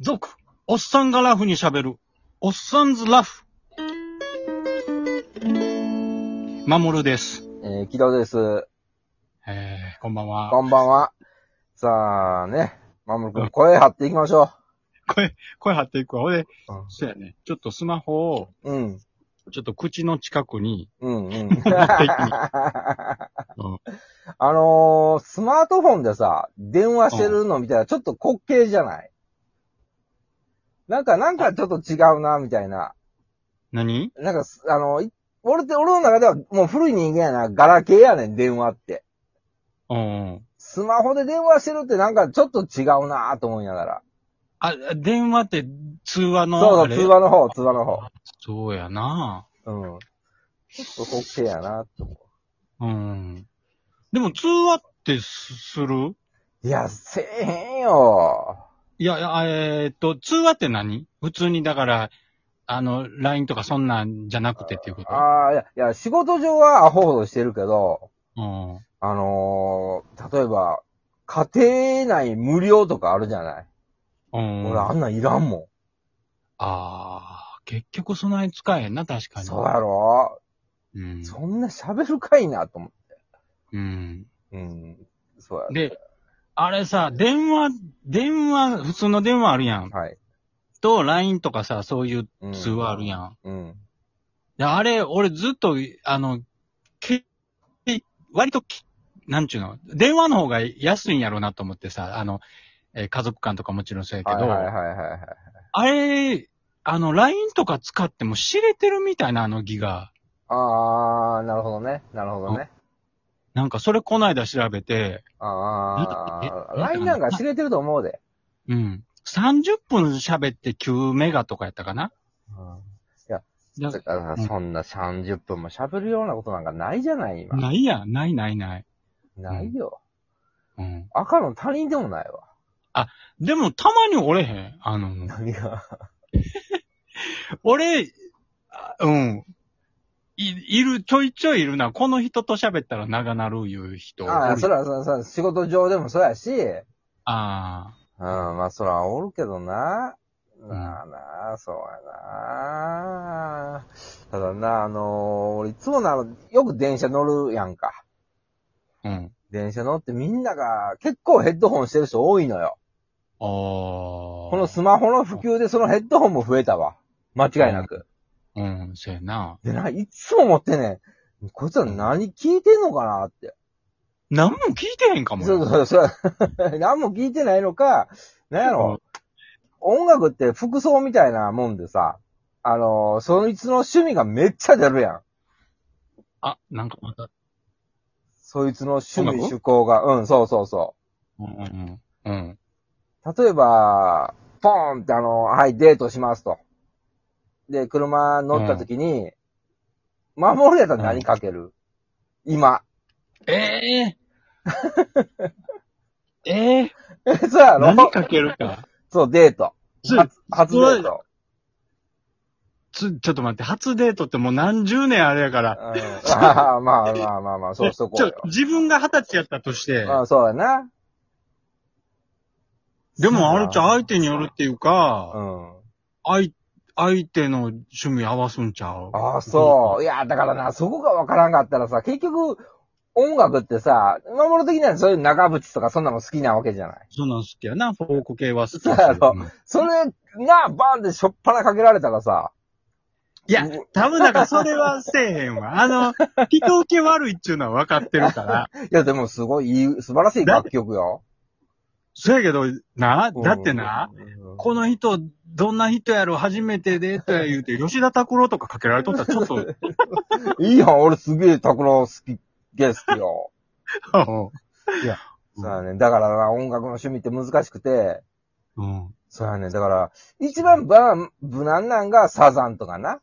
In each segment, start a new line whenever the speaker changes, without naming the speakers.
族。おっさんがラフに喋る。おっさんずラフ。まもるです。
えー、木戸です。
えー、こんばんは。
こんばんは。さあね、まもるくん、声張っていきましょ
声、声張っていくわ。ほいで、
う。
そうやね。ちょっとスマホを、
うん。
ちょっと口の近くに。
うん、 うん。
うん
あのー、スマートフォンでさ、電話してるの見たらちょっと滑稽じゃないなんか、なんかちょっと違うな、みたいな。
何
なんかす、あの、い俺って、俺の中ではもう古い人間やな。ガラケーやねん、電話って。
うん。
スマホで電話してるってなんかちょっと違うなと思いながら。
あ、電話って通話の。
そう
あ
そ
れ
う、通。話の方、通話の方。
そうやな。
うん。ちょっと滑稽やなと思
う
う。
ん。でも通話ってすする
いや、せえへんよ。
いや、いやえーっと、通話って何普通に、だから、あの、LINE とかそんなんじゃなくてっていうこと
ああ、いや、いや、仕事上はアホほどしてるけど、
うん。
あのー、例えば、家庭内無料とかあるじゃない、
うん。
俺あんなんいらんも
あー、結局その辺使えへんな、確か
ん。
に。
そうやろ、
うん。
そんな喋るかいなと思って。
うん。
うん。そうや。
で、あれさ、電話、電話、普通の電話あるやん。
はい。
と、LINE とかさ、そういう
うん
通話あるやん。
うん。
であれ、俺ずっと、あの、け、割とき、なんちゅうの、電話の方が安いんやろうなと思ってさ、あの、えー家族間とかもちろんそうやけ
はい
ど、
はいはいはい。
あれ、あの、LINE とか使っても知れてるみたいな、あのギガ。
ああ、なるほどね。なるほどね。
なんか、それこないだ調べて、
ああ、
えなんか
LINE なんか知れてると思うで。
うん。30分喋って9メガとかやったかな
うん
だ
だから、そんな30分も喋るようなことなんかないじゃない、今。
ないやん、ないないない。
ないよ。
うん。
赤の他人でもないわ。
でも、たまに折れへん。あの、
何が。
俺、あうん。い、いる、ちょいちょいいるな。この人と喋ったら長なるいう人。
ああ、そ
れ。
ら、そら、そら、仕事上でもそうやし、うん、
あ
まあ、そら、おるけどな。
ん
なあなあ、そうやな。ただな、あのー俺いつもな、あのよく電車乗るやんか。
あ、うん。
電車乗ってみんなが、結構ヘッドホンしてる人多いのよ。
ああ。
このスマホの普及でそのヘッドホンも増えたわ。間違いなく。
うん、そやな。
でな、いつも思ってね、こいつは何聞いてんのかなって。
何も聞いてへんかもな。
そうそう そう。何も聞いてないのか、なんやろ、音楽って服装みたいなもんでさ、あのーそいつの趣味がめっちゃ出るやん。
あ、なんかまた。
そいつの趣味、
音楽
趣向が。うん、そうそうそ
うんうんうん。うん。
う。例えば、ポーンってあのーはい、デートしますと。で、車乗った時に、守るやったら何かける、今。
ええええ
え、そうやろ
何かける か。
そう、デート。
つ
初初デート。
つ、ちょっと待って、初デートってもう何十年あれやから、
うんああ、まあまあまあまあ、そうしとこう
ちょ
よ。
自分が二十歳やったとして、
ああそうやな。
でもあれちゃう
そうや
相手によるっていう
う
か、
ん。
相、相手の趣味合わすんちゃう
ああ、そう。いや、だからな、そこがわからんかったらさ、結局、音楽ってさ、守る的にはそういう長渕とかそんなの好きなわけじゃない。
そんなん好きやな、フォーク系は好き
そうやろ
うん
それが、バーンってしょっぱなかけられたらさ、
いや、多分だからそれはせえへんわ。あの、人受け悪いっちゅうのは分かってる から。
いや、でもすごいいい、素晴らしい楽曲よ。
そうやけど、な、だってな、
うん、
この人、どんな人やろ、初めてデートや言うて、吉田拓郎とかかけられとったらちょっと、
いいやん、俺すげえ拓郎好き、ゲストよ。
うん
そうやね。だからな、音楽の趣味って難しくて、
うん。
そうやね。だから、一番ば無難なんがサザンとかな。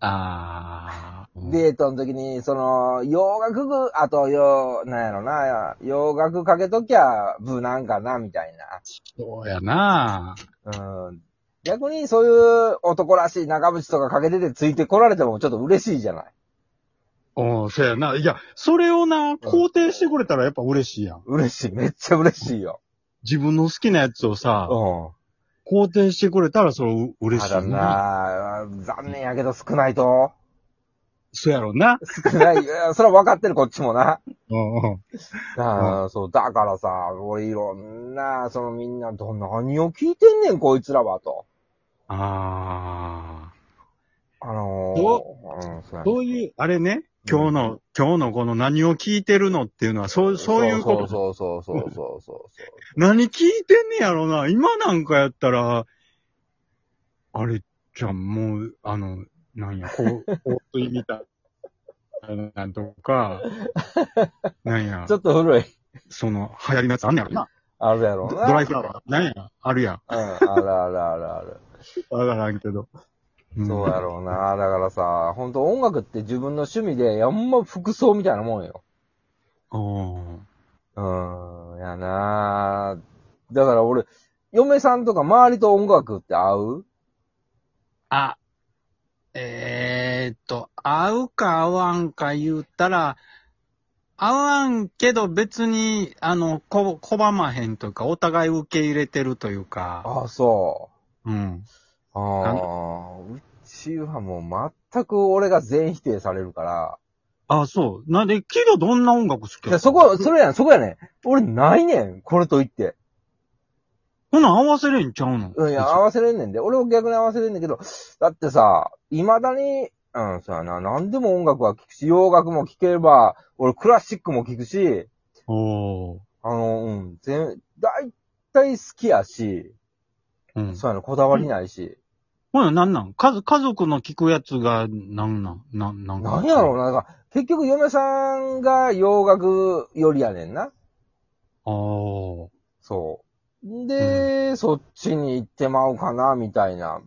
あー。
デートの時に、その、洋楽ぐ、あと、よう、なんやろな、洋楽かけときゃ、無難かな、みたい
そうやな
な。うん。逆に、そういう男らしい長渕とかかけててついてこられてもちょっと嬉しいじゃない。
おそうやな。いや、それをな、肯定してくれたらやっぱ嬉しいやん。
嬉しい。めっちゃ嬉しいよ。
自分の好きなやつをさ、
う
肯定してくれたら、それう嬉
た
しいな。
だなあ、残念やけど少ないと。
そうやろうな。
少ない。いやそれは分かってる、こっちもな。
うんうん。
ああ、そう、だからさ、俺いろんな、そのみんな、ど、何を聞いてんねん、こいつらは、と。
あ
あのー、
ど
うん、そうや
あ。
ね
そういう、あれね、今日の、今日のこの何を聞いてるのっていうのは、そう、そういうこと。
そうそうそうそうそうそうそう。
何聞いてんねやろな。今なんかやったら、あれじゃん、もう、あの、なんや、こう、こうみたいな、なんとか、なんや
ち、ょっと古い。
その、流行りのやつあんねやろな。
あるやろ
ド
う
ド
な。
ライフラワー。なんや、あるやん。
うん、あるあるあるある。
わからんけど。ん
そうやろうな。だからさ、本当音楽って自分の趣味で、あんま服装みたいなもんよ。
おー
うん、やなだから俺、嫁さんとか周りと音楽って合う
あ、えー、っと、合うか合わんか言ったら、合わんけど別に、あの、こ、拒まへんというか、お互い受け入れてるというか、
ああ、そ
うん。
う。ああ、うちはもう全く俺が全否定されるから。
あ、そう。なんで、木戸どんな音楽好き
い
やった
や、そこ、それやん、そこやねん。俺ないねん、これと言って。
こんなん合わせれんちゃうの
うん、いや、合わせれんねんで。俺も逆に合わせれんねんけど、だってさ、未だに、うん、そうやな、何でも音楽は聴くし、洋楽も聴ければ、俺クラシックも聴くし、
おー。
あの、うん、全、大体好きやし、
うん。
そうやな、こだわりないし。
ほな、なんなん家族家族の聞くやつが、なんなんなん、なんか
なんやろうな、なんか、結局嫁さんが洋楽よりやねんな。
おー。
そう。で、そっちに行ってまうかな、みたいな。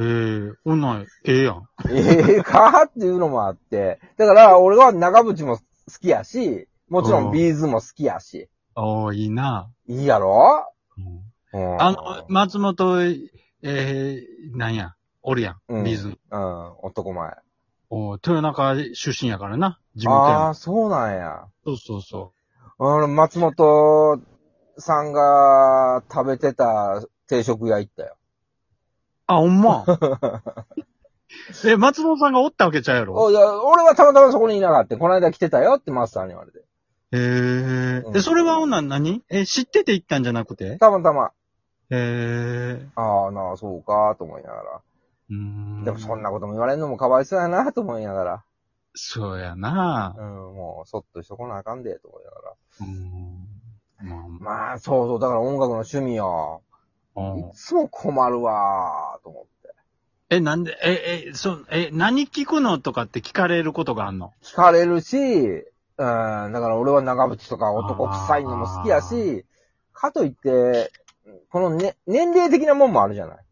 えー、ほな、ええやん。
ええかっていうのもあって。だから、俺は長渕も好きやし、もちろんビーズも好きやし。
おー、いいな。
いいやろ
うん
うん
あの、松本、えー、なんや、おるや
うん
ん、ビーズ。
うん、男前。
お豊中出身やからな、地元や
あ
ん
あ、そうなんや。
そうそうそ
あの、松本さんが食べてた定食屋行ったよ。
う。あ、ほん ま。え、松本さんがおったわけちゃうやろ
おいや、俺はたまたまそこにいなかった。この間来てたよってマスターに言われて。
へえ
う
え、
ん
それはほんなん何え、知ってて行ったんじゃなくて
たまたま、
へえ
ああ、なあ、そうか、と思いながら。
うーん。
でもそんなことも言われんのもかわいそうやな、と思いながら。
そうやな
うん、もう、そっとしとこなあかんで、と思いながら。
うん。まあま
まあ、そうそう、だから音楽の趣味よ。
あ
いつも困るわー、と思って。
え、なんで、え、え、そう、え、何聞くのとかって聞かれることがあんの
聞かれるし、うん、だから俺は長渕とか男臭いのも好きや
あ
し、かといって、このね、年齢的なもんもあるじゃない。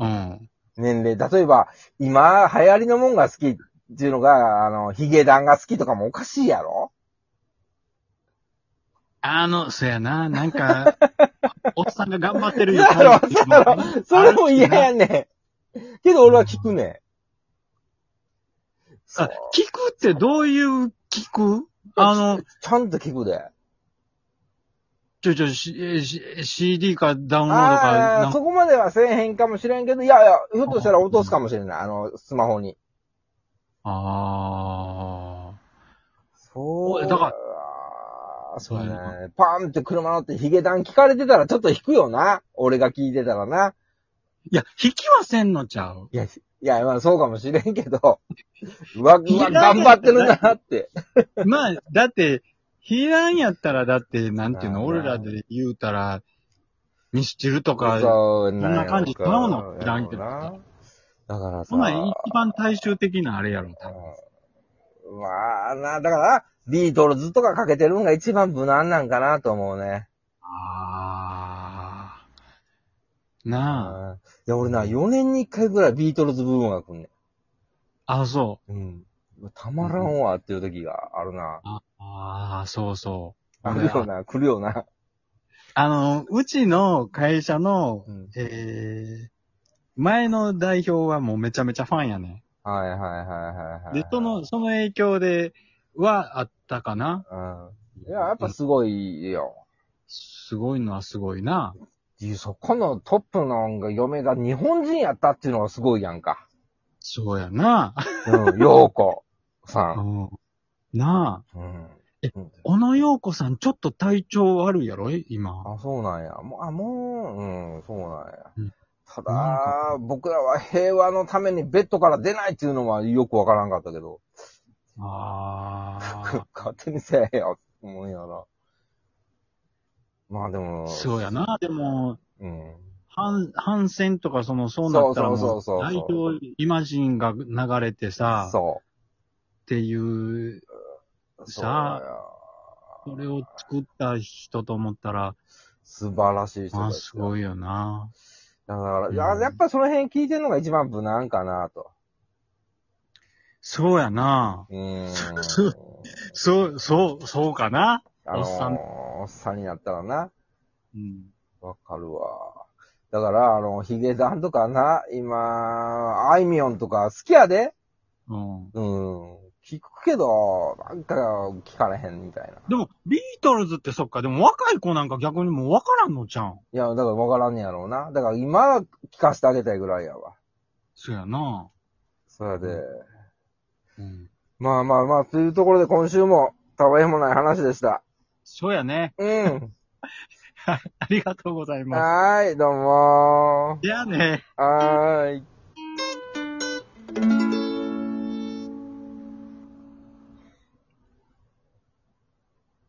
うん。
年齢。例えば、今、流行りのもんが好きっていうのが、あの、ヒゲダンが好きとかもおかしいやろ
あの、そやな、なんか、 おっさんが頑張ってるよ。
そうやろそうやろそれも嫌やねん。けど俺は聞くねん。そ
あ
う
聞くってどういう聞くあの、
ちゃんと聞くで。
ちょちょ、しえし CD かダウンロードか
あ
な
あ、
んか、
そこまではせえへんかもしれんけど、いやいや、ひょっとしたら落とすかもしれない。あの、スマホに。
あ
そ
お
う。
いだから
らそう
そうや
ね。パーンって車乗ってヒゲダン聞かれてたらちょっと引くよな。俺が聞いてたらな。
ー。いや、引きはせんのちゃう
いや、いや、まあそうかもしれんけど。 うわ、うわ
いや
頑張ってるなって。
まあ、だって、ヒランやったら、だって、なんていう
ま
の、
あまあ
俺らで言うたら、ミスチルとか、
そう
そんな感じちゃうの知らんけど
なだからさ。
そんなん一番大衆的なあれやろ、多分
うんまあな、だから、ビートルズとかかけてるのが一番無難なんかなと思うね。
ああ。な
うんいや、俺な、4年に1回ぐらいビートルズブームが来んね
あ。あ、そう。
ん。うん。たまらんわっていう時があるな。
ああー、そうそう。
あるよな、来るよな。
あの、うちの会社の、
うん
えー、前の代表はもうめちゃめちゃファンやね。
はいはいはいはいはい。
で、その、その影響で、はあったかな
うん。いや、やっぱすごいよ。
すごいのはすごいな。
いやそこのトップのが嫁が日本人やったっていうのがすごいやんか。
そうやな。
うん、ようこさん。
うんなあ。
うん。
小野洋子さん、ちょっと体調悪いやろ今。
あ、そうなんや。もう、あ、もう、うん、そうなんや。
うんな
た
ん
だ、僕らは平和のためにベッドから出ないっていうのはよくわからんかったけど、
ああ。
勝手にせえよ、思うやな。まあで も、
そうやな。でも、
うん。
反、反戦とか、その、そうなったら
そ
も
う
う、
そうそう
大
そ
量
う
イマジンが流れてさ、
そ
っていう、
う。そう
さあ
や。
それを作った人と思ったら、
素晴らしい人
ま
た
あ、
ち
すごいよな。
だから、
うん
いややっぱその辺聞いてるのが一番無難かなと。
そうやな。
う ーん
そ。そう、そう、そうかな。
あの
おっさん
ー、おっさんになったらな。
うん。
わかるわ。だから、あの、ヒゲダンとかな、今、あいみょんとか好きやで。
うん。
うん。聞くけど、なんか聞かれへんみたいな。い
でも、ビートルズってそっか、でも若い子なんか逆にもうわからんのじゃん。
や、だからわからんねやろうな。だから今聞かせてあげたいぐらいやわ。
そうやな。
それで、
うん。
まあまあまあ、というところで今週も、たわいもない話でした。
そうやね。
うん。
ありがとうございます。
はーい、どうも
じゃあね。
ー。はーい。